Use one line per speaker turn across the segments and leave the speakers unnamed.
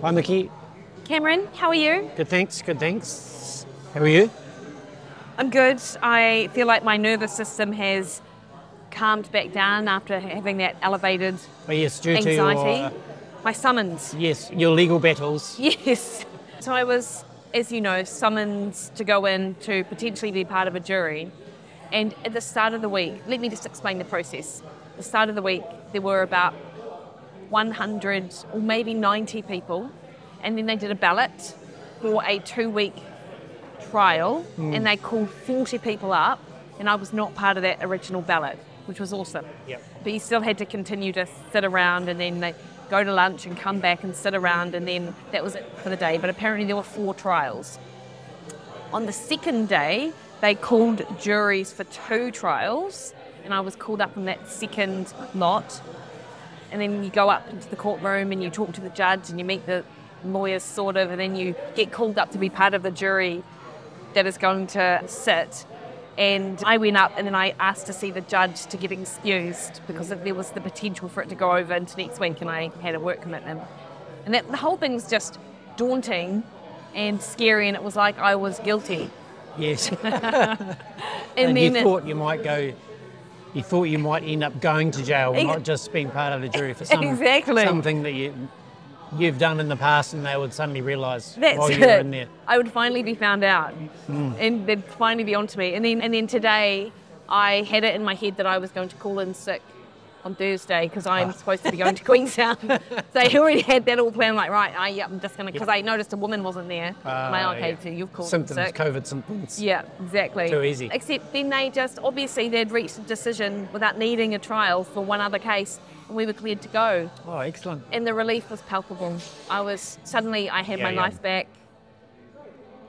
Hi, Mickey.
Cameron, how are you?
Good, thanks. Good, thanks. How are you?
I'm good. I feel like my nervous system has calmed back down after having that elevated
Oh, yes, due to your,
anxiety.
uh,
my summons.
yes, your legal battles.
Yes. So I was, as you know, summoned to go in to potentially be part of a jury. And at the start of the week, let me just explain the process. At the start of the week, there were about 100 or maybe 90 people. And then they did a ballot for a two week trial. And they called 40 people up. And I was not part of that original ballot, which was awesome
Yep.
but you still had to continue to sit around and then they go to lunch and come back and sit around and then that was it for the day but apparently there were four trials on the second day they called juries for two trials and i was called up on that second lot and then you go up into the courtroom and you talk to the judge and you meet the lawyers sort of and then you get called up to be part of the jury that is going to sit and I went up and then I asked to see the judge to get excused because there was the potential for it to go over into next week and I had a work commitment. And that the whole thing was just daunting and scary and it was like I was guilty.
Yes.
And,
and
then
you thought you might go. You thought you might end up going to jail,
Ex-
not just being part of the jury for some,
Exactly.
something that you you've done in the past, and they would suddenly realise
That's
while
it.
you were in there. Mm.
I would finally be found out, and they'd finally be onto me. And then, and then today, I had it in my head that I was going to call in sick on Thursday because I'm
Ah.
supposed to be going to Queenstown. so I already had that all planned. Like, right, I, yep, I'm just going to because I noticed a woman wasn't there. I'm
Uh,
like, okay,
yeah.
so you've called
symptoms,
in sick.
COVID symptoms.
Yeah, exactly.
Too easy.
Except then they just obviously they'd reached a decision without needing a trial for one other case, and we were cleared to go
Oh, excellent.
and the relief was palpable. I was suddenly I had
Yeah,
my
yeah.
life back.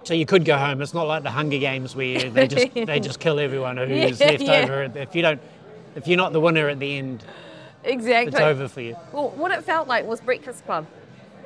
So you could go home. It's not like the Hunger Games where they just they just kill everyone who's
Yeah,
left
yeah.
over. If you don't, if you're not the winner at the end,
Exactly.
it's over for you.
Well, what it felt like was Breakfast Club.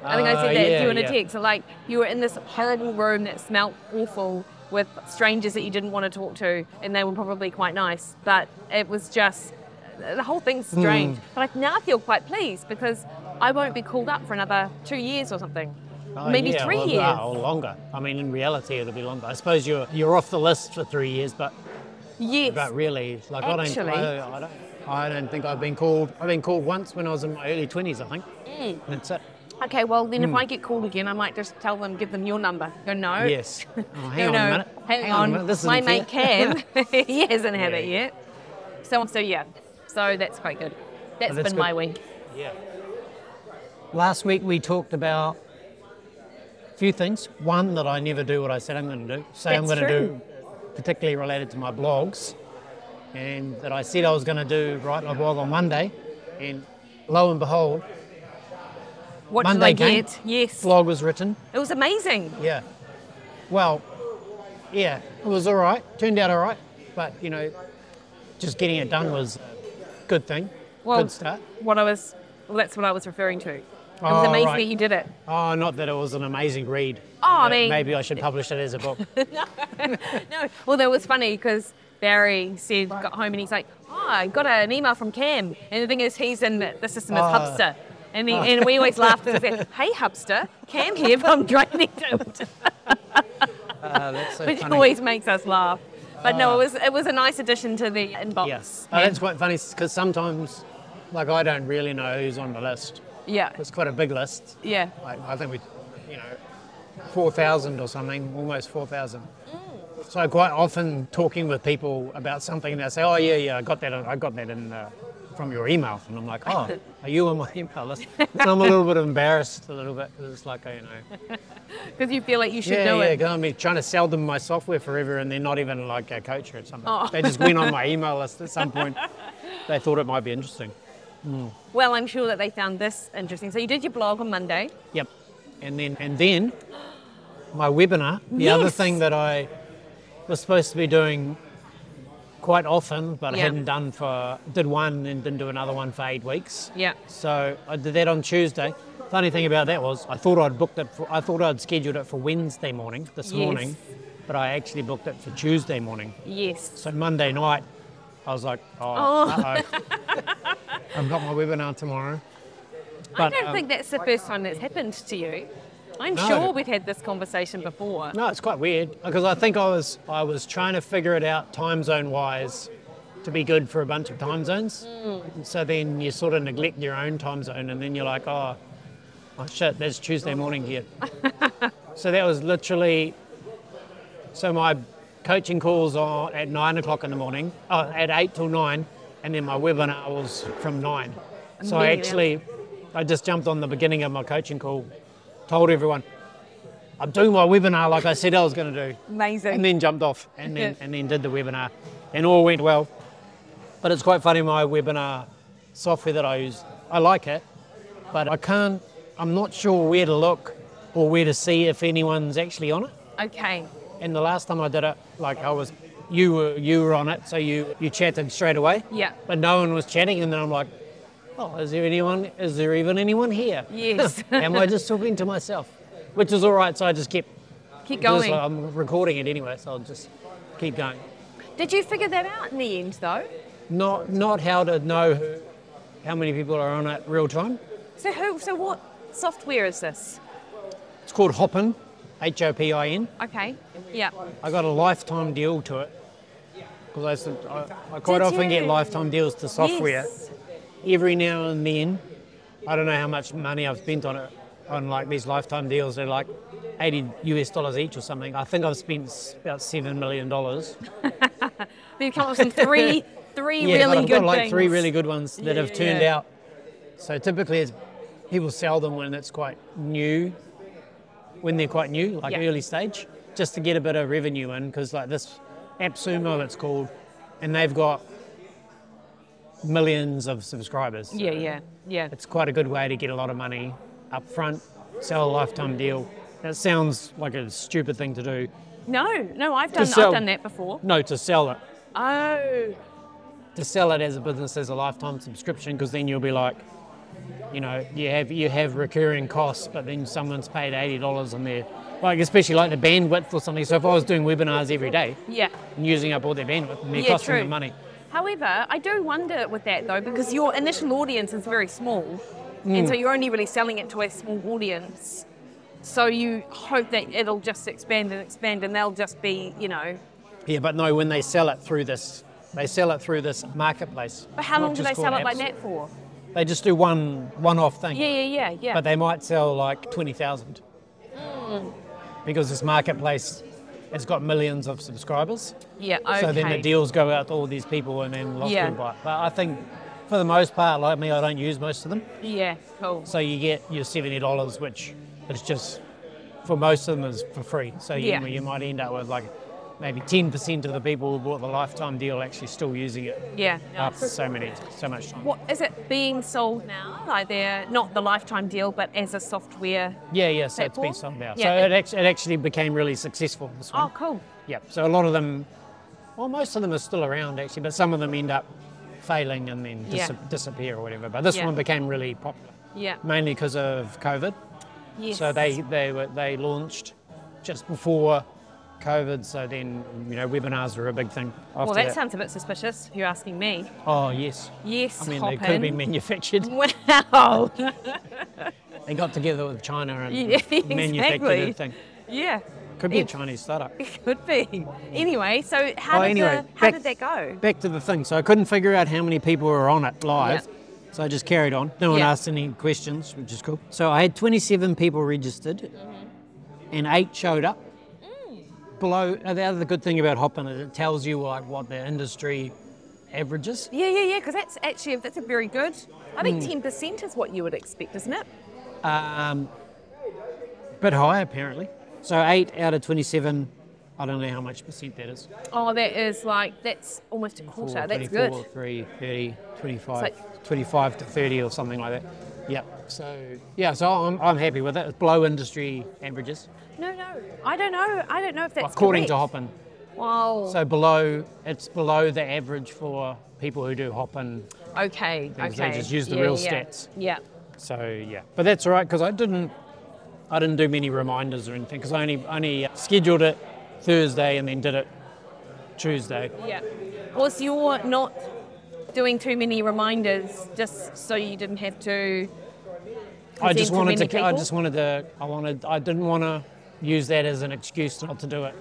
I think I
Uh,
said that
yeah,
to you in
yeah.
a text. So like you were in this horrible room that smelt awful with strangers that you didn't want to talk to, and they were probably quite nice, but it was just the whole thing's
Hmm.
strange. But I now feel quite pleased because I won't be called up for another two years or something,
Oh,
maybe
yeah,
three
well,
years.
ah, or longer. I mean, in reality, it'll be longer. I suppose you're you're off the list for three years, but
Yes.
but really, like
Actually-
I don't, I, I don't, I don't think I've been called. I've been called once when I was in my early twenties, I think.
Mm.
That's it.
Okay, well then, if
Hmm.
I get called again, I might just tell them, give them your number. Go no.
Yes. Oh, hang
no,
on
no,
a minute.
Hang,
a
on.
minute, This
My
isn't fair.
mate Cam, he hasn't had
Yeah,
it
yeah.
yet. So, so yeah. So that's quite good. That's
Oh, that's
been
good.
my week.
Yeah. Last week we talked about a few things. One that I never do what I said I'm going to do. Say I'm
That's
going to do, particularly related to my blogs, and that I said I was going to do write my blog on Monday, and lo and behold,
What
Monday
did I
came.
get? Yes.
blog was written.
It was amazing.
Yeah. Well, yeah, it was all right. Turned out all right, but you know, just getting it done was a good thing.
Well,
good start.
what I was, well, that's what I was referring to. It
Oh,
was amazing
right.
that you did it.
Oh, not that it was an amazing read.
Oh, I
That
mean-
maybe I should publish it as a book.
No, well, that was funny because Barry said, got home and he's like, oh, I got an email from Cam. And the thing is, he's in the the system as
Ah.
Hubster. And, he, and we always laugh because he said, hey, Hubster, Cam here from Training Delta.
Uh, that's so
which
funny.
always makes us laugh. But no, it was it was a nice addition to the inbox.
Uh. Yes, oh, that's quite funny because sometimes, like, I don't really know who's on the list.
yeah,
It's quite a big list.
yeah,
Like, I think we, you know, four thousand or something, almost four thousand.
Mm.
So quite often talking with people about something, they say, "Oh yeah, yeah, I got that. I got that in uh, from your email," and I'm like, "Oh, are you on my email list?" And I'm a little bit embarrassed, a little bit, because it's like, you know.
because you feel like you should
Yeah,
know
yeah,
it.
because I'm trying to sell them my software forever, and they're not even like a coach or something.
Oh.
They just went on my email list at some point. They thought it might be interesting.
Well, I'm sure that they found this interesting. So you did your blog on Monday.
Yep. And then, and then, my webinar. The other
Yes.
thing that I was supposed to be doing quite often, but I
Yeah.
hadn't done for did one and didn't do another one for eight weeks.
Yeah.
So I did that on Tuesday. Funny thing about that was I thought I'd booked it. For, I thought I'd scheduled it for Wednesday morning this
Yes.
morning, but I actually booked it for Tuesday morning.
Yes.
So Monday night, I was like, oh,
Oh.
uh-oh. I've got my webinar tomorrow.
I
But,
don't
um,
think that's the first time that's happened to you. I'm
No.
sure we've had this conversation before.
No, it's quite weird because I think I was I was trying to figure it out time zone wise to be good for a bunch of time zones. And So then you sort of neglect your own time zone, and then you're like, oh, oh shit, that's Tuesday morning here. so that was literally. So my coaching calls on at nine o'clock in the morning, uh, at eight till nine, and then my webinar was from nine. So I
Immediately.
actually, I just jumped on the beginning of my coaching call, told everyone, I'm doing my webinar like I said I was going to do
Amazing.
and then jumped off and then,
Yeah.
and then did the webinar and all went well but it's quite funny my webinar software that i use i like it but i can't i'm not sure where to look or where to see if anyone's actually on it
okay.
and the last time i did it like i was you were you were on it so you you chatted straight away
Yeah.
but no one was chatting and then i'm like oh is there anyone is there even anyone here
Yes.
am i just talking to myself which is all right so i just kept
Keep
because
going.
I'm recording it anyway, so I'll just keep going.
Did you figure that out in the end, though?
Not not how to know who, how many people are on it real time.
So who? So what software is this?
It's called Hopin, H O P I N.
Okay. Yeah.
I got a lifetime deal to it because I used to- I, I quite
Did
often get
you?
lifetime deals to software.
Yes.
Every now and then, I don't know how much money I've spent on it on like these lifetime deals. They're like 80 US dollars each or something. I think I've spent s- about seven million dollars.
They've come up with some three, three
Yeah,
really
but I've
good
got like
things.
three really good ones that
Yeah,
have
yeah,
turned
yeah.
out. So typically, it's, people sell them when it's quite new, when they're quite new, like
Yeah.
early stage, just to get a bit of revenue in. Because like this AppSumo, it's called, and they've got millions of subscribers.
Yeah, yeah, yeah.
It's quite a good way to get a lot of money up front, sell a lifetime deal. That sounds like a stupid thing to do.
No, no, I've done,
sell-
I've done that before.
No, to sell it.
Oh,
to sell it as a business as a lifetime subscription because then you'll be like you know you have you have recurring costs but then someone's paid $80 on their like especially like the bandwidth or something so if i was doing webinars every day
yeah.
and using up all their bandwidth and they're
Yeah,
costing
true.
them money
However, I do wonder with that though, because your initial audience is very small,
Hmm.
and so you're only really selling it to a small audience. So you hope that it'll just expand and expand, and they'll just be, you know.
yeah but no when they sell it through this they sell it through this marketplace
But how long
which
do
is
they
called
sell it like
Apps.
that for?
they just do one one off thing
Yeah, yeah, yeah, yeah.
but they might sell like 20000
Hmm.
because this marketplace has got millions of subscribers
yeah, okay.
So then the deals go out to all these people and then lots
Yeah.
of people buy. it. But I think for the most part, like me, I don't use most of them.
Yeah, cool.
So you get your seventy dollars, which is just for most of them is for free. So you,
Yeah.
you might end up with like maybe ten percent of the people who bought the lifetime deal actually still using it
Yeah.
after so many so much time.
What is it being sold now? Like they're not the lifetime deal, but as a software.
Yeah, yeah. So it's
Platform?
been sold out.
Yeah.
So it actually, it actually became really successful. This one.
Oh, cool.
Yep. So a lot of them, well, most of them are still around actually, but some of them end up failing and then dis-
Yeah.
disappear or whatever. But this
Yeah.
one became really popular,
Yeah.
mainly because of COVID.
Yes.
So they they were, they launched just before COVID. So then you know webinars were a big thing. After
Well, that
that.
sounds a bit suspicious. If you're asking me.
oh yes.
Yes.
I mean,
hop
they could have
in.
been manufactured.
Wow.
They got together with China and
Yeah,
manufactured
exactly.
a thing.
yeah.
Could be a
It-
Chinese startup.
Could be. Anyway, so how,
Oh,
did,
anyway,
the, how
back-
did that go?
Back to the thing. So I couldn't figure out how many people were on it live. So I just carried on. No one
Yeah.
asked any questions, which is cool. So I had 27 people registered
Mm-hmm.
and eight showed up.
Mm.
Below, uh, the other good thing about Hopin is it tells you like what the industry averages.
Yeah, yeah, yeah. Because that's actually that's a very good. I think
Hmm.
ten percent is what you would expect, isn't it?
Um, bit high apparently. So eight out of 27, I don't know how much percent that is.
Oh, that is like that's almost a quarter.
24,
that's
24,
good.
3, 30, 25,
It's
25 to 30 or something like that. Yeah. So, yeah, so I'm, I'm happy with it. It's below industry averages,
No, no. I don't know. I don't know if that's
according to
correct.
Hopin.
Wow.
So below, it's below the average for people who do Hopin.
Okay.
Because they
okay.
just use the
Yeah,
real
yeah.
stats.
Yeah.
So, yeah. But that's all right, because I didn't, I didn't do many reminders or anything, because I only, only scheduled it Thursday and then did it Tuesday.
Yeah. Was your not doing too many reminders just so you didn't have to
I
presented
just wanted
many
to. I
people?
just wanted to. I wanted. I didn't want to use that as an excuse not to do it.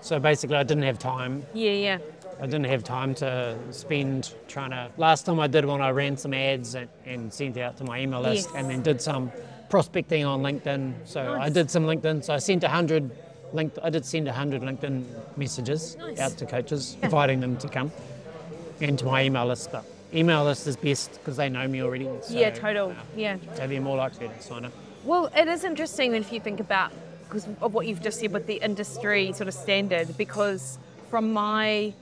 So basically, I didn't have time.
Yeah, yeah.
I didn't have time to spend trying to. Last time I did one, I ran some ads and, and sent out to my email list,
Yes.
and then did some prospecting on LinkedIn. So I
Nice.
did some LinkedIn. So I sent a hundred. Linked, I did send a hundred LinkedIn messages
Nice.
out to coaches, inviting them to come, and to my email list. But email list is best because they know me already. So,
yeah, total.
uh,
yeah.
so they're more likely to sign up.
Well, it is interesting if you think about because of what you've just said with the industry sort of standard. Because from my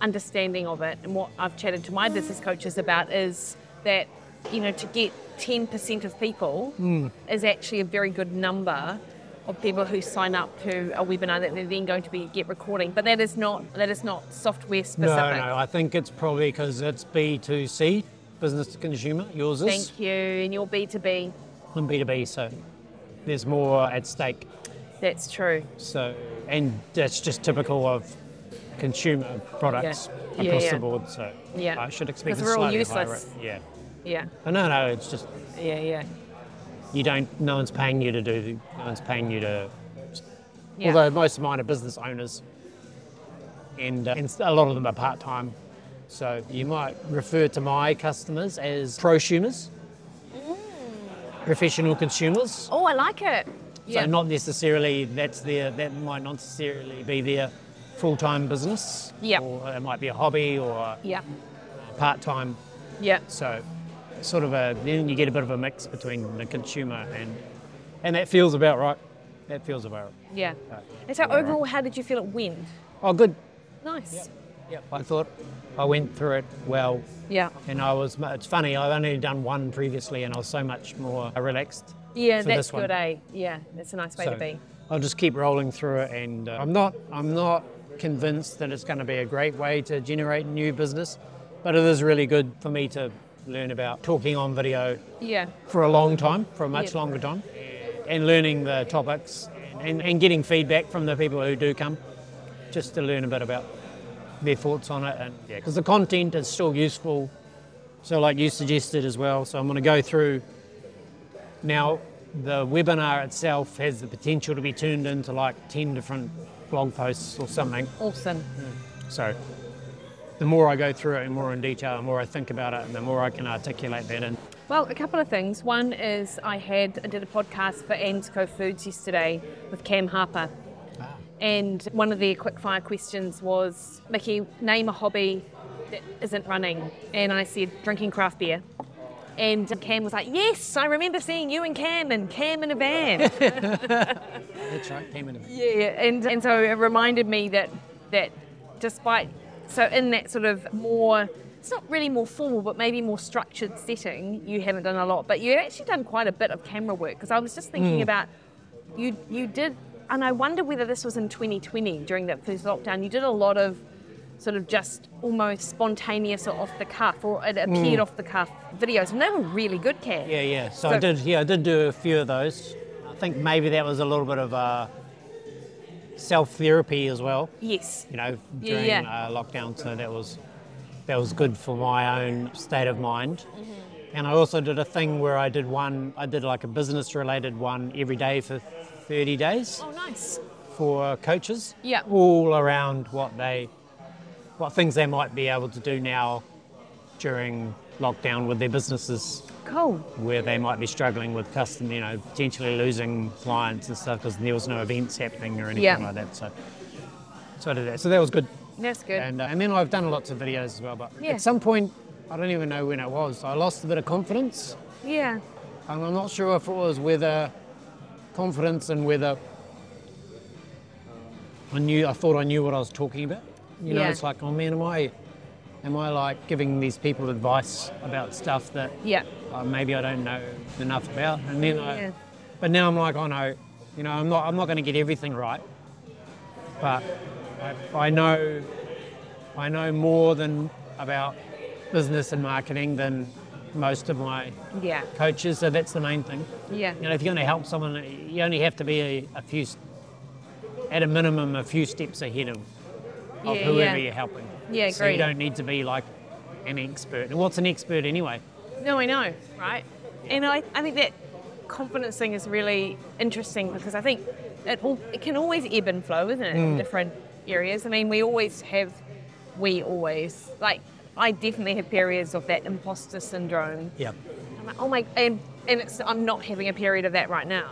understanding of it and what I've chatted to my business coaches about is that you know to get ten percent of people
Hmm.
is actually a very good number of people who sign up to a webinar that they're then going to be get recording. But that is not that is not software specific.
No, no, I think it's probably because it's B2C, business to consumer. Yours is.
Thank you, and your B two B.
and B2B, so there's more at stake.
That's true.
So, and that's just typical of consumer products
Yeah,
across
yeah.
the board. So,
Yeah.
I should expect a
'Cause we're all
slightly
useless.
higher. rate. Yeah.
Yeah,
But no, no, it's just
yeah, yeah.
you don't. No one's paying you to do. No one's paying you to.
yeah.
Although most of mine are business owners, and uh, and a lot of them are part time. So you might refer to my customers as prosumers,
Mm.
professional consumers.
oh, I like it.
So not necessarily that's their that might not necessarily be their full time business.
Yeah.
Or it might be a hobby or
Yeah,
part time.
yeah,
So sort of a then you get a bit of a mix between the consumer and and that feels about right. That feels about
Uh, yeah.
right.
And so overall, how did you feel it went?
Oh good.
Nice.
Yeah. I thought I went through it well.
Yeah.
And I was, it's funny, I've only done one previously and I was so much more relaxed.
Yeah,
for
that's
this one.
good, eh? Yeah, that's a nice way to
So
be.
I'll just keep rolling through it, and uh, I'm not I'm not convinced that it's going to be a great way to generate new business, but it is really good for me to learn about talking on video
Yeah,
for a long time, for a much
Yeah.
longer time, and learning the topics and, and, and getting feedback from the people who do come, just to learn a bit about their thoughts on it, and yeah, because the content is still useful. So, like you suggested as well, so I'm going to go through now. The webinar itself has the potential to be turned into like 10 different blog posts or something.
awesome.
So, the more I go through it and more in detail, the more I think about it, and the more I can articulate that. And
Well, a couple of things. One is I had I did a podcast for Amsco Foods yesterday with Cam Harper, Ah. and one of their quickfire questions was, "Mickey, name a hobby that isn't running," and I said drinking craft beer. And Cam was like, "Yes, I remember seeing you and Cam and Cam in a van."
that's right, came in a bit.
Yeah, and and so it reminded me that that despite so in that sort of more it's not really more formal but maybe more structured setting you haven't done a lot but you've actually done quite a bit of camera work because I was just
Mm.
thinking about you you did and I wonder whether this was in 2020 during that first lockdown you did a lot of sort of just almost spontaneous or off the cuff or it appeared off the cuff videos and they were really good Kat.
Mm. Yeah, yeah. So, I
So-
did. Yeah, I did do a few of those. I think maybe that was a little bit of uh, self therapy as well.
yes
You know,
Yeah,
during
yeah.
Uh, lockdown, so that was that was good for my own state of mind.
Mm-hmm.
And I also did a thing where I did one. I did like a business related one every day for thirty days
oh nice
for coaches.
Yeah.
All around what they, what things they might be able to do now during lockdown with their businesses
cool
where they might be struggling with custom, you know, potentially losing clients and stuff because there was no events happening or anything
Yeah.
like that. So, so I did that. So that was good.
that's good
And uh, and then I've done lots of videos as well. But
Yeah.
at some point, I don't even know when it was. I lost a bit of confidence,
yeah
and I'm not sure if it was whether confidence and whether I knew. I thought I knew what I was talking about. You know,
Yeah.
it's like, oh man, am I, am I like giving these people advice about stuff that
yeah
uh, maybe I don't know enough about. And then, I,
Yeah.
but now I'm like, oh no, you know, I'm not, I'm not going to get everything right. But I, I know, I know more than about business and marketing than most of my
yeah
coaches. So that's the main thing.
Yeah.
You know, if you're going to help someone, you only have to be a, a few, s- at a minimum, a few steps ahead of,
Yeah,
of whoever
yeah.
you're helping.
Yeah,
So you
agreed.
don't need to be like an expert. And what's an expert anyway?
No, I know, right? And I, I think that confidence thing is really interesting because I think it, all, it can always ebb and flow, isn't it,
Mm.
in different areas? I mean, we always have, we always, like, I definitely have periods of that imposter syndrome.
Yeah.
I'm like, oh my, and, and it's, I'm not having a period of that right now.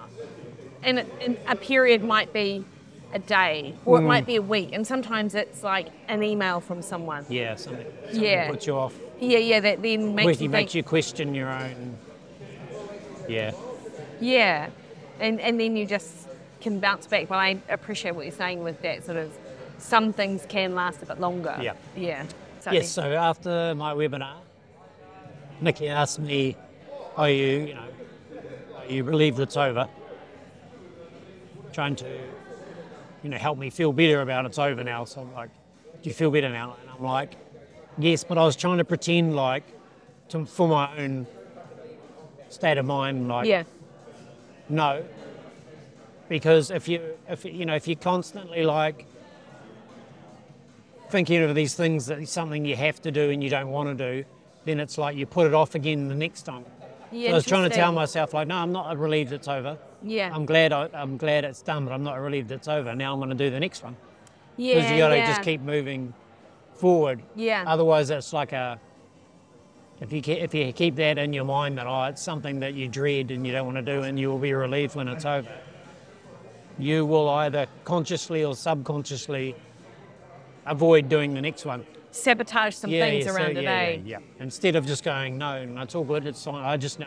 And, it, and a period might be a day or
Mm.
it might be a week, and sometimes it's like an email from someone.
Yeah, something, something
Yeah.
puts you off.
Yeah, yeah, that then makes
Makes
you think,
makes you question your own. Yeah.
Yeah, and and then you just can bounce back. But I appreciate what you're saying with that sort of some things can last a bit longer.
Yeah.
Yeah. So
Yes, so after my webinar, Nikki asked me, Are you, you know, are you relieved it's over? Trying to, you know, help me feel better about it's over now. So I'm like, Do you feel better now? And I'm like, Yes, but I was trying to pretend like, to, for my own state of mind, like,
Yeah.
no. Because if you if you know if you're constantly like thinking of these things that is something you have to do and you don't want to do, then it's like you put it off again the next time.
yeah
So I was trying to tell um,
interesting.
myself like, no, I'm not relieved it's over.
Yeah.
I'm glad I, I'm glad it's done, but I'm not relieved it's over. Now I'm going to do the next one
Yeah.
because you got to
yeah.
just keep moving forward.
Yeah.
Otherwise, it's like a if you ke- if you keep that in your mind that oh, it's something that you dread and you don't want to do, and you will be relieved when it's over. You will either consciously or subconsciously avoid doing the next one.
sabotage some things
so-
around it.
yeah,
eh?
yeah, yeah. Instead of just going no, no, it's all good. It's fine. I just know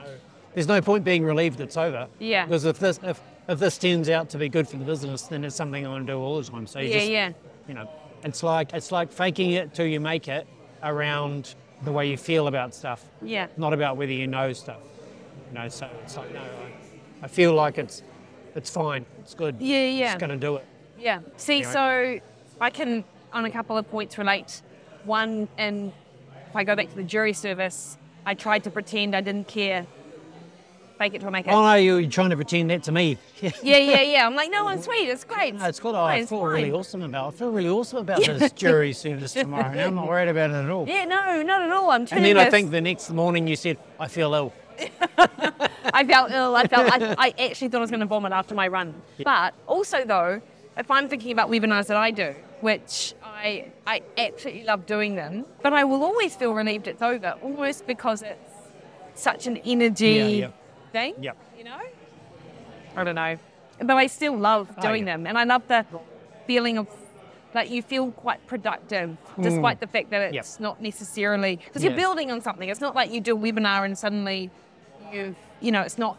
there's no point being relieved it's over.
Yeah.
Because if this if if this turns out to be good for the business, then it's something I want to do all the time. So you
Yeah,
just
yeah.
you know, it's like it's like faking it till you make it around the way you feel about stuff,
Yeah.
not about whether you know stuff. You know, so it's like no, I, I feel like it's it's fine, it's good.
Yeah, yeah.
Just gonna do it.
Yeah. See,
Anyway.
so I can, on a couple of points, relate. One, and if I go back to the jury service, I tried to pretend I didn't care. Fake it till I make it.
Oh no, you're trying to pretend that to me.
Yeah, yeah, yeah. I'm like, no, I'm sweet. It's great.
No, it's good. Oh,
fine,
I
it's
feel
fine.
really awesome about. I feel really awesome about this jury service tomorrow. and I'm not worried about it at all.
Yeah, no, not at all. I'm
And
turning
then I
this-
think the next morning you said, "I feel ill."
I felt ill. I felt I, I actually thought I was going to vomit after my run. But also though, if I'm thinking about webinars that I do, which I I absolutely love doing them, but I will always feel relieved it's over, almost because it's such an energy
Yeah, yeah.
thing.
Yep.
You know. I don't know, but I still love
Oh,
doing
yeah.
them, and I love the feeling of. Like you feel quite productive,
Mm.
despite the fact that
Yep.
it's not necessarily because
Yeah.
you're building on something. It's not like you do a webinar and suddenly you've you know it's not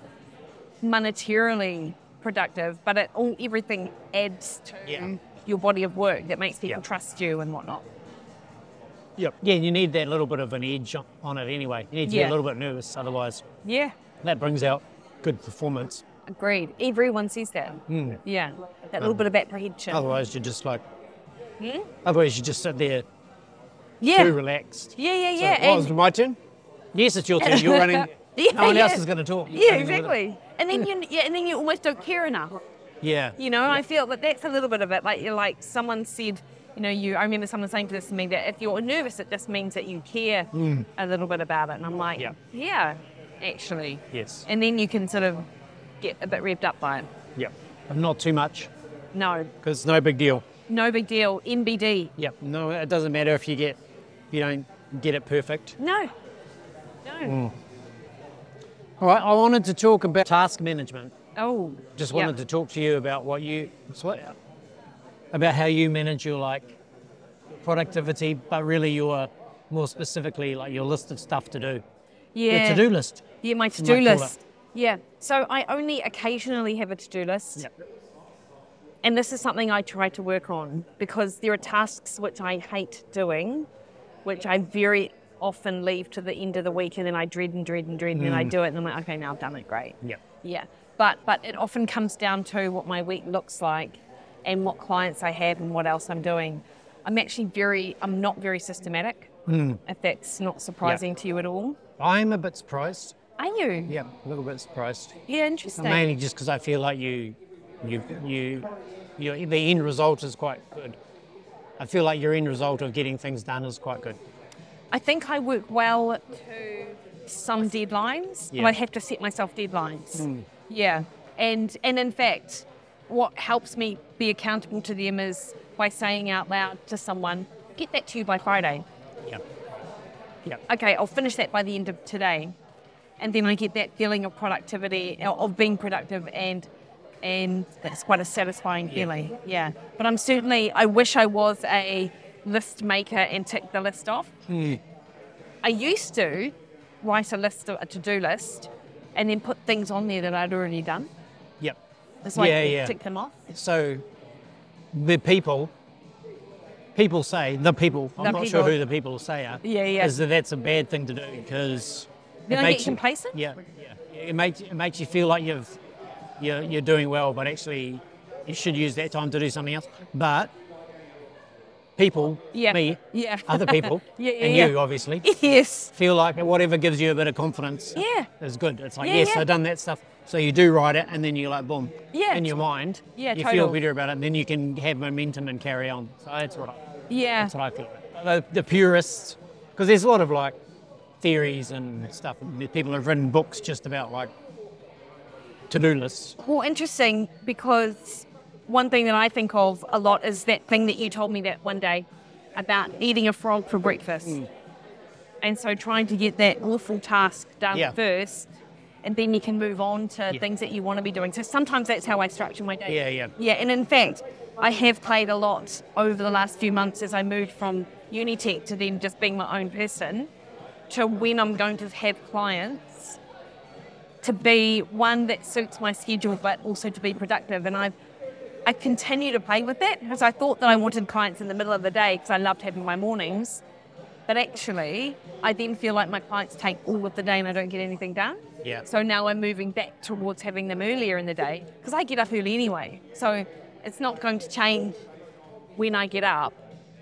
monetarily productive, but it all everything adds to
Yeah.
your body of work that makes people
Yeah.
trust you and whatnot.
Yep. Yeah, you need that little bit of an edge on- on it anyway. You need to be
Yeah.
a little bit nervous, otherwise
Yeah,
that brings out good performance.
agreed. Everyone says that. Mm. Yeah, that little bit of apprehension.
Otherwise, you're just like, otherwise you just sit there
Hmm? yeah.
too relaxed.
yeah, yeah,
So,
yeah,
"Oh,
and-
it's my turn. Yes, it's your turn. You're running.
Yeah,
no one else
yeah.
is going to talk. You're
yeah,
running with it.
exactly. And then you, yeah, and then you almost don't care enough.
Yeah.
You know, I feel that that's a little bit of it. Like you're like someone said, you know, you. I remember someone saying to this to me that if you're nervous, it just means that you care a little bit about it. And I'm like,
Mm. Yeah.
yeah, actually.
Yes.
And then you can sort of get a bit revved up by it.
Yep. Not too much
No,
because it's no big deal.
no big deal. NBD.
Yep. No, it doesn't matter if you get, if you don't get it perfect.
No. No.
Mm. All right. I wanted to talk about task management.
Oh.
Just wanted to talk to you about what you, it's what- about how you manage your like productivity, but really your more specifically like your list of stuff to do,
Yeah.
your to-do list.
Yeah, my to
might
do
call it.
list. Yeah. So I only occasionally have a to do list.
Yep.
And this is something I try to work on because there are tasks which I hate doing, which I very often leave to the end of the week and then I dread and dread and dread and then I do it and I'm like, okay, now I've done it, great.
Yep.
Yeah, but but it often comes down to what my week looks like, and what clients I have, and what else I'm doing. I'm actually very, I'm not very systematic. If that's not surprising to you at all,
I'm a bit surprised.
are you?
Yeah, a little bit surprised.
Yeah, interesting.
Mainly just because I feel like you, you, you, you, the end result is quite good. I feel like your end result of getting things done is quite good.
I think I work well to some deadlines,
Yeah.
but I have to set myself deadlines. Yeah. And and in fact, what helps me be accountable to them is by saying out loud to someone, get that to you by Friday.
Yep. Yep.
Okay, I'll finish that by the end of today. And then I get that feeling of productivity uh, of being productive and and that's quite a satisfying feeling. Yeah. But I'm certainly I wish I was a list maker and tick the list off.
Hmm.
I used to write a list of a to-do list and then put things on there that I'd already done.
Yep.
It's like
Yeah, yeah.
tick them off.
So the people, people say, the people, I'm
The
not
people.
sure who the people say are,
Yeah, yeah.
is that that's a bad thing to do because
Then
it
I
makes
get
you-
complacent?
Yeah, yeah. It makes, it makes you feel like you've, you're, you're doing well, but actually you should use that time to do something else. But people,
Yeah.
me, Um,
Yeah.
other people,
Yeah, yeah,
and
yeah.
you obviously,
Yes.
feel like whatever gives you a bit of confidence
Yeah.
is good. It's like,
Yeah,
yes,
yeah.
I've done that stuff. So you do write it and then you're like, boom,
Yeah,
in your mind.
yeah,
you
total.
feel better about it and then you can have momentum and carry on. So that's what I,
Yeah.
that's what I feel. The, the purists, because there's a lot of like theories and stuff. and the People have written books just about like to do lists.
Well, interesting because one thing that I think of a lot is that thing that you told me that one day about eating a frog for breakfast.
Hmm.
And so trying to get that awful task done
Yeah.
first and then you can move on to
Yeah.
things that you want to be doing. So sometimes that's how I structure my day.
Yeah, yeah.
Yeah, and in fact, I have played a lot over the last few months as I moved from Unitech to then just being my own person to when I'm going to have clients to be one that suits my schedule, but also to be productive. And I, I continue to play with that because I thought that I wanted clients in the middle of the day because I loved having my mornings. But actually, I then feel like my clients take all of the day and I don't get anything done.
Yeah.
So now I'm moving back towards having them earlier in the day because I get up early anyway. So it's not going to change when I get up.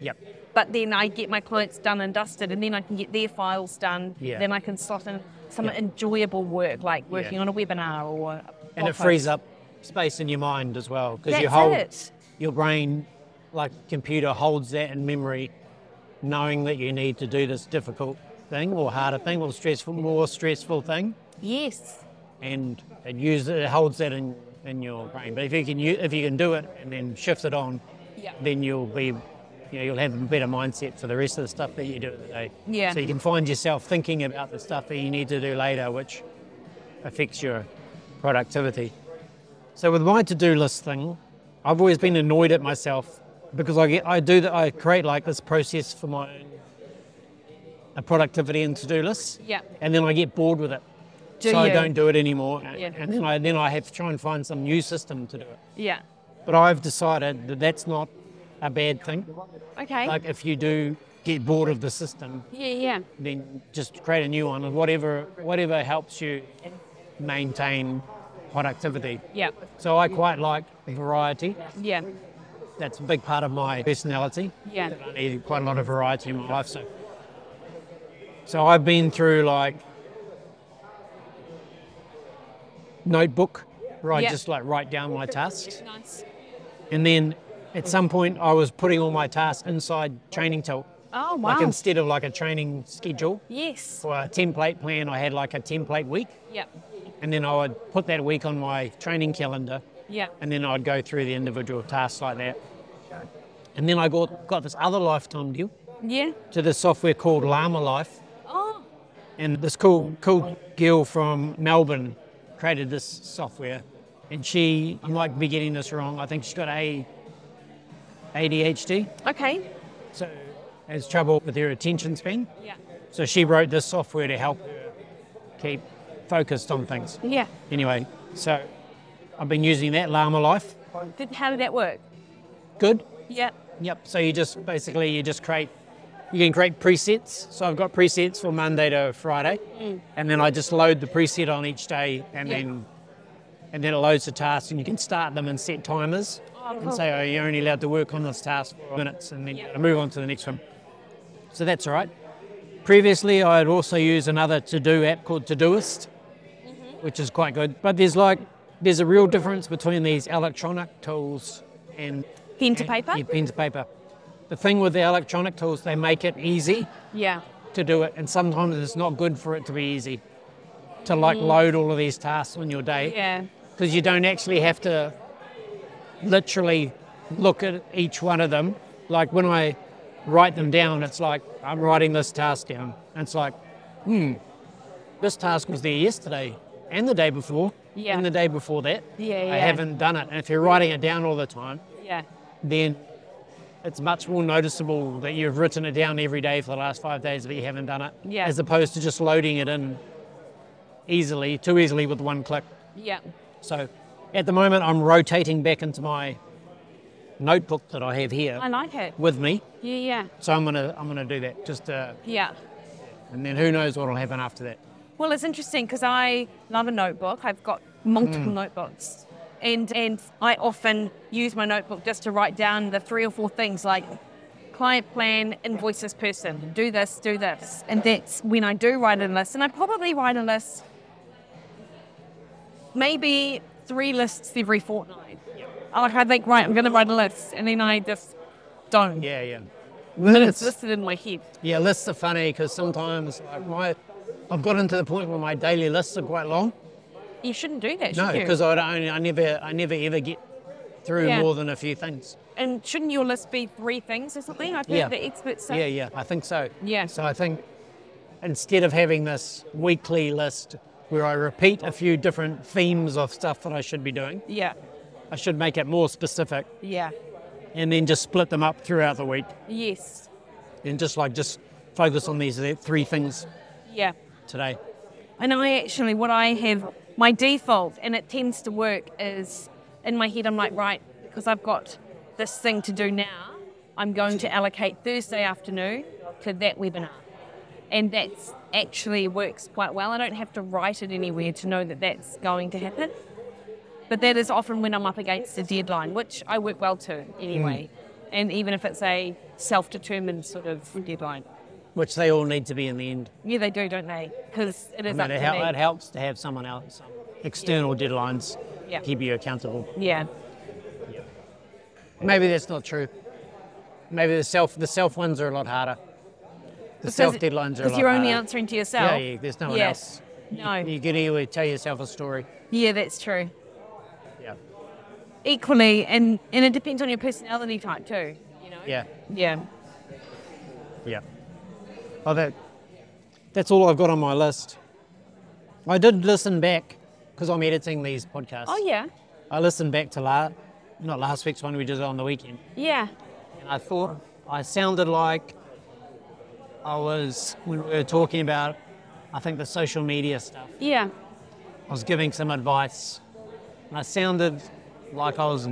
Yep.
But then I get my clients done and dusted, and then I can get their files done.
Yeah.
Then I can slot in some
Yeah.
enjoyable work, like working
Yeah.
on a webinar or. a
And
blog
it frees
post.
up space in your mind as well because you
That's
hold
it.
your brain, like computer, holds that in memory, knowing that you need to do this difficult thing or harder thing or stressful, more stressful thing,
Yes.
and it uses it holds that in, in your brain. But if you can u- if you can do it and then shift it on,
Yeah.
then you'll be you know, you'll have a better mindset for the rest of the stuff that you do today.
Yeah.
So you can find yourself thinking about the stuff that you need to do later, which affects your productivity. So with my to-do list thing, I've always been annoyed at myself because I get I do that I create like this process for my own a productivity and to-do lists.
Yeah.
And then I get bored with it.
Do
so I
you?
don't do it anymore.
Yeah.
And then I then I have to try and find some new system to do it.
Yeah.
But I've decided that that's not a bad thing.
Okay.
Like if you do get bored of the system,
yeah, yeah.
then just create a new one and whatever whatever helps you maintain productivity.
Yeah.
So I quite like variety.
Yeah.
That's a big part of my personality.
Yeah.
I need quite a lot of variety in my life. So, so I've been through like notebook where I
Yeah.
just like write down my tasks.
Nice.
And then at some point, I was putting all my tasks inside Training Tilt.
Oh, wow.
Like instead of like a training schedule
yes.
or a template plan, I had like a template week.
Yeah.
And then I would put that week on my training calendar.
Yeah.
And then I'd go through the individual tasks like that. And then I got, got this other lifetime deal
Yeah.
to this software called Llama Life.
Oh.
And this cool, cool girl from Melbourne created this software. And she, I might be getting this wrong, I think she's got a ADHD.
Okay.
So has trouble with her attention span.
Yeah.
So she wrote this software to help her keep focused on things.
Yeah.
Anyway, so I've been using that Llama Life.
Did, how did that work?
Good.
Yeah.
Yep. So you just basically you just create you can create presets. So I've got presets for Monday to Friday, and then I just load the preset on each day, and
Mm. Yeah.
then and then it loads the tasks, and you can start them and set timers,
Oh, cool.
and say, oh, you're only allowed to work on this task for minutes, and then
Yeah.
I move on to the next one. So that's all right. Previously, I had also used another to-do app called Todoist,
Mm-hmm.
which is quite good. But there's like there's a real difference between these electronic tools and
Pen to paper?
yeah, pen to paper. The thing with the electronic tools, they make it easy
Yeah.
to do it, and sometimes it's not good for it to be easy to like load all of these tasks on your day.
Mm. Yeah.
because you don't actually have to literally look at each one of them. Like when I write them down, it's like I'm writing this task down. And it's like, hmm, this task was there yesterday and the day before
Yeah.
and the day before that.
Yeah,
I
yeah.
haven't done it. And if you're writing it down all the time,
Yeah.
then it's much more noticeable that you've written it down every day for the last five days that you haven't done it,
Yeah.
as opposed to just loading it in easily, too easily with one click.
Yeah.
So at the moment, I'm rotating back into my notebook that I have here
I like it.
with me.
Yeah, yeah.
So I'm gonna I'm gonna do that just uh,
Yeah.
and then who knows what'll happen after that.
Well, it's interesting because I love a notebook. I've got
Mm.
multiple notebooks. And, and I often use my notebook just to write down the three or four things like client plan, invoice this person, do this, do this. And that's when I do write a list. And I probably write a list maybe three lists every fortnight. Like I think, right, I'm going to write a list. And then I just don't.
Yeah, yeah.
But
Lists-
it's listed in my head.
yeah, lists are funny because sometimes like my I've gotten to the point where my daily lists are quite long.
You shouldn't do that, should
No,
you?
because I don't, I never I never ever get through
Yeah.
more than a few things.
And shouldn't your list be three things or something? I think
Yeah.
the experts say.
Yeah, yeah, I think so.
Yeah.
So I think instead of having this weekly list where I repeat a few different themes of stuff that I should be doing,
Yeah.
I should make it more specific
Yeah.
and then just split them up throughout the week
Yes.
and just like just focus on these three things
Yeah.
today.
And I actually, what I have, my default, and it tends to work, is in my head, I'm like, right, because I've got this thing to do now, I'm going to allocate Thursday afternoon to that webinar. And that's actually works quite well. I don't have to write it anywhere to know that that's going to happen. But that is often when I'm up against a deadline, which I work well to anyway. And even if it's a self determined sort of deadline.
Which they all need to be in the end.
Yeah, they do, don't they? Because it
I
is
mean,
up to
it, hel-
me.
it helps to have someone else, some external deadlines
Yeah.
keep you accountable.
Yeah.
Maybe that's not true. Maybe the self the self ones are a lot harder. The
Because-
self deadlines are a lot
Because you're only
harder.
answering to yourself.
Yeah, yeah, there's no one
Yes.
else.
No.
You can either tell yourself a story.
Yeah, that's true.
Yeah.
Equally, and, and it depends on your personality type too, you know?
Yeah.
Yeah.
Yeah. Oh, that, that's all I've got on my list. I did listen back because I'm editing these podcasts.
Oh, yeah.
I listened back to last, not last week's one we did on the weekend.
Yeah.
And I thought I sounded like I was, when we were talking about, I think the social media stuff,
Yeah.
I was giving some advice. And I sounded like I was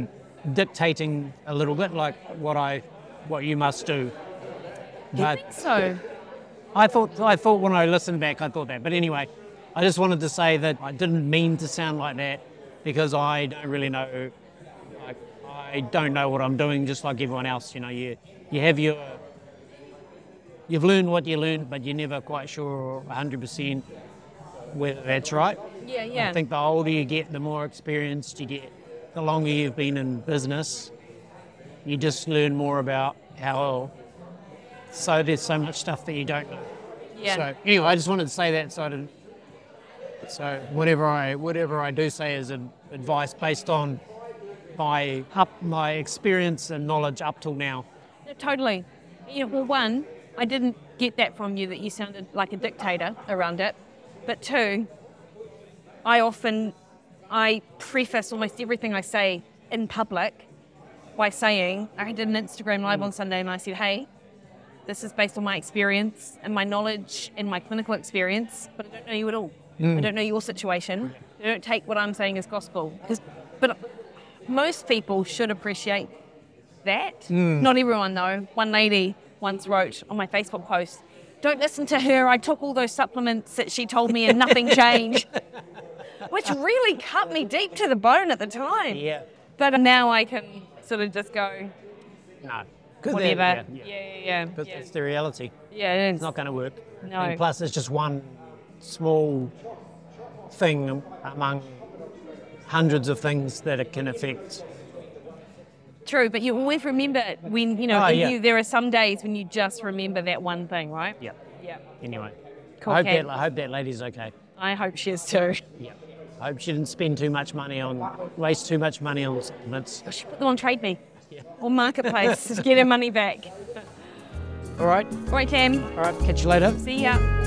dictating a little bit, like what I, what you must do.
You
But-
think so?
I thought I thought when I listened back, I thought that. But anyway, I just wanted to say that I didn't mean to sound like that because I don't really know. Like, I don't know what I'm doing, just like everyone else. You know, you you have your you've learned what you learned, but you're never quite sure 100 percent whether that's right.
Yeah, yeah.
I think the older you get, the more experienced you get, the longer you've been in business, you just learn more about how. So there's so much stuff that you don't know.
yeah.
So anyway, I just wanted to say that. So I didn't. So whatever I whatever I do say is ad- advice based on my up my experience and knowledge up till now.
No, totally. You know, well, one, I didn't get that from you that you sounded like a dictator around it. But two, I often I preface almost everything I say in public by saying I did an Instagram live on Sunday and I said, "Hey, this is based on my experience and my knowledge and my clinical experience, but I don't know you at all. I don't know your situation. I don't take what I'm saying as gospel." 'Cause- but most people should appreciate that. Not everyone though. One lady once wrote on my Facebook post, "Don't listen to her. I took all those supplements that she told me and nothing changed," which really cut me deep to the bone at the time.
Yeah.
But now I can sort of just go
No. 'Cause that-
whatever. Yeah,
yeah,
yeah,
yeah.
yeah.
But
yeah.
that's the reality.
Yeah, it is.
It's not going to work.
No.
And plus, it's just one small thing among hundreds of things that it can affect.
True, but you always remember it when you know.
Oh,
and
yeah.
you, there are some days when you just remember that one thing, right?
Yeah.
Yeah.
Anyway.
Cool
I hope
cat.
that I hope that lady's okay.
I hope she is too.
Yeah. I hope she didn't spend too much money on, waste too much money on supplements.
I should put them on Trade Me or Marketplace to get her money back.
All right,
All right, Cam.
all right, catch you later.
See ya.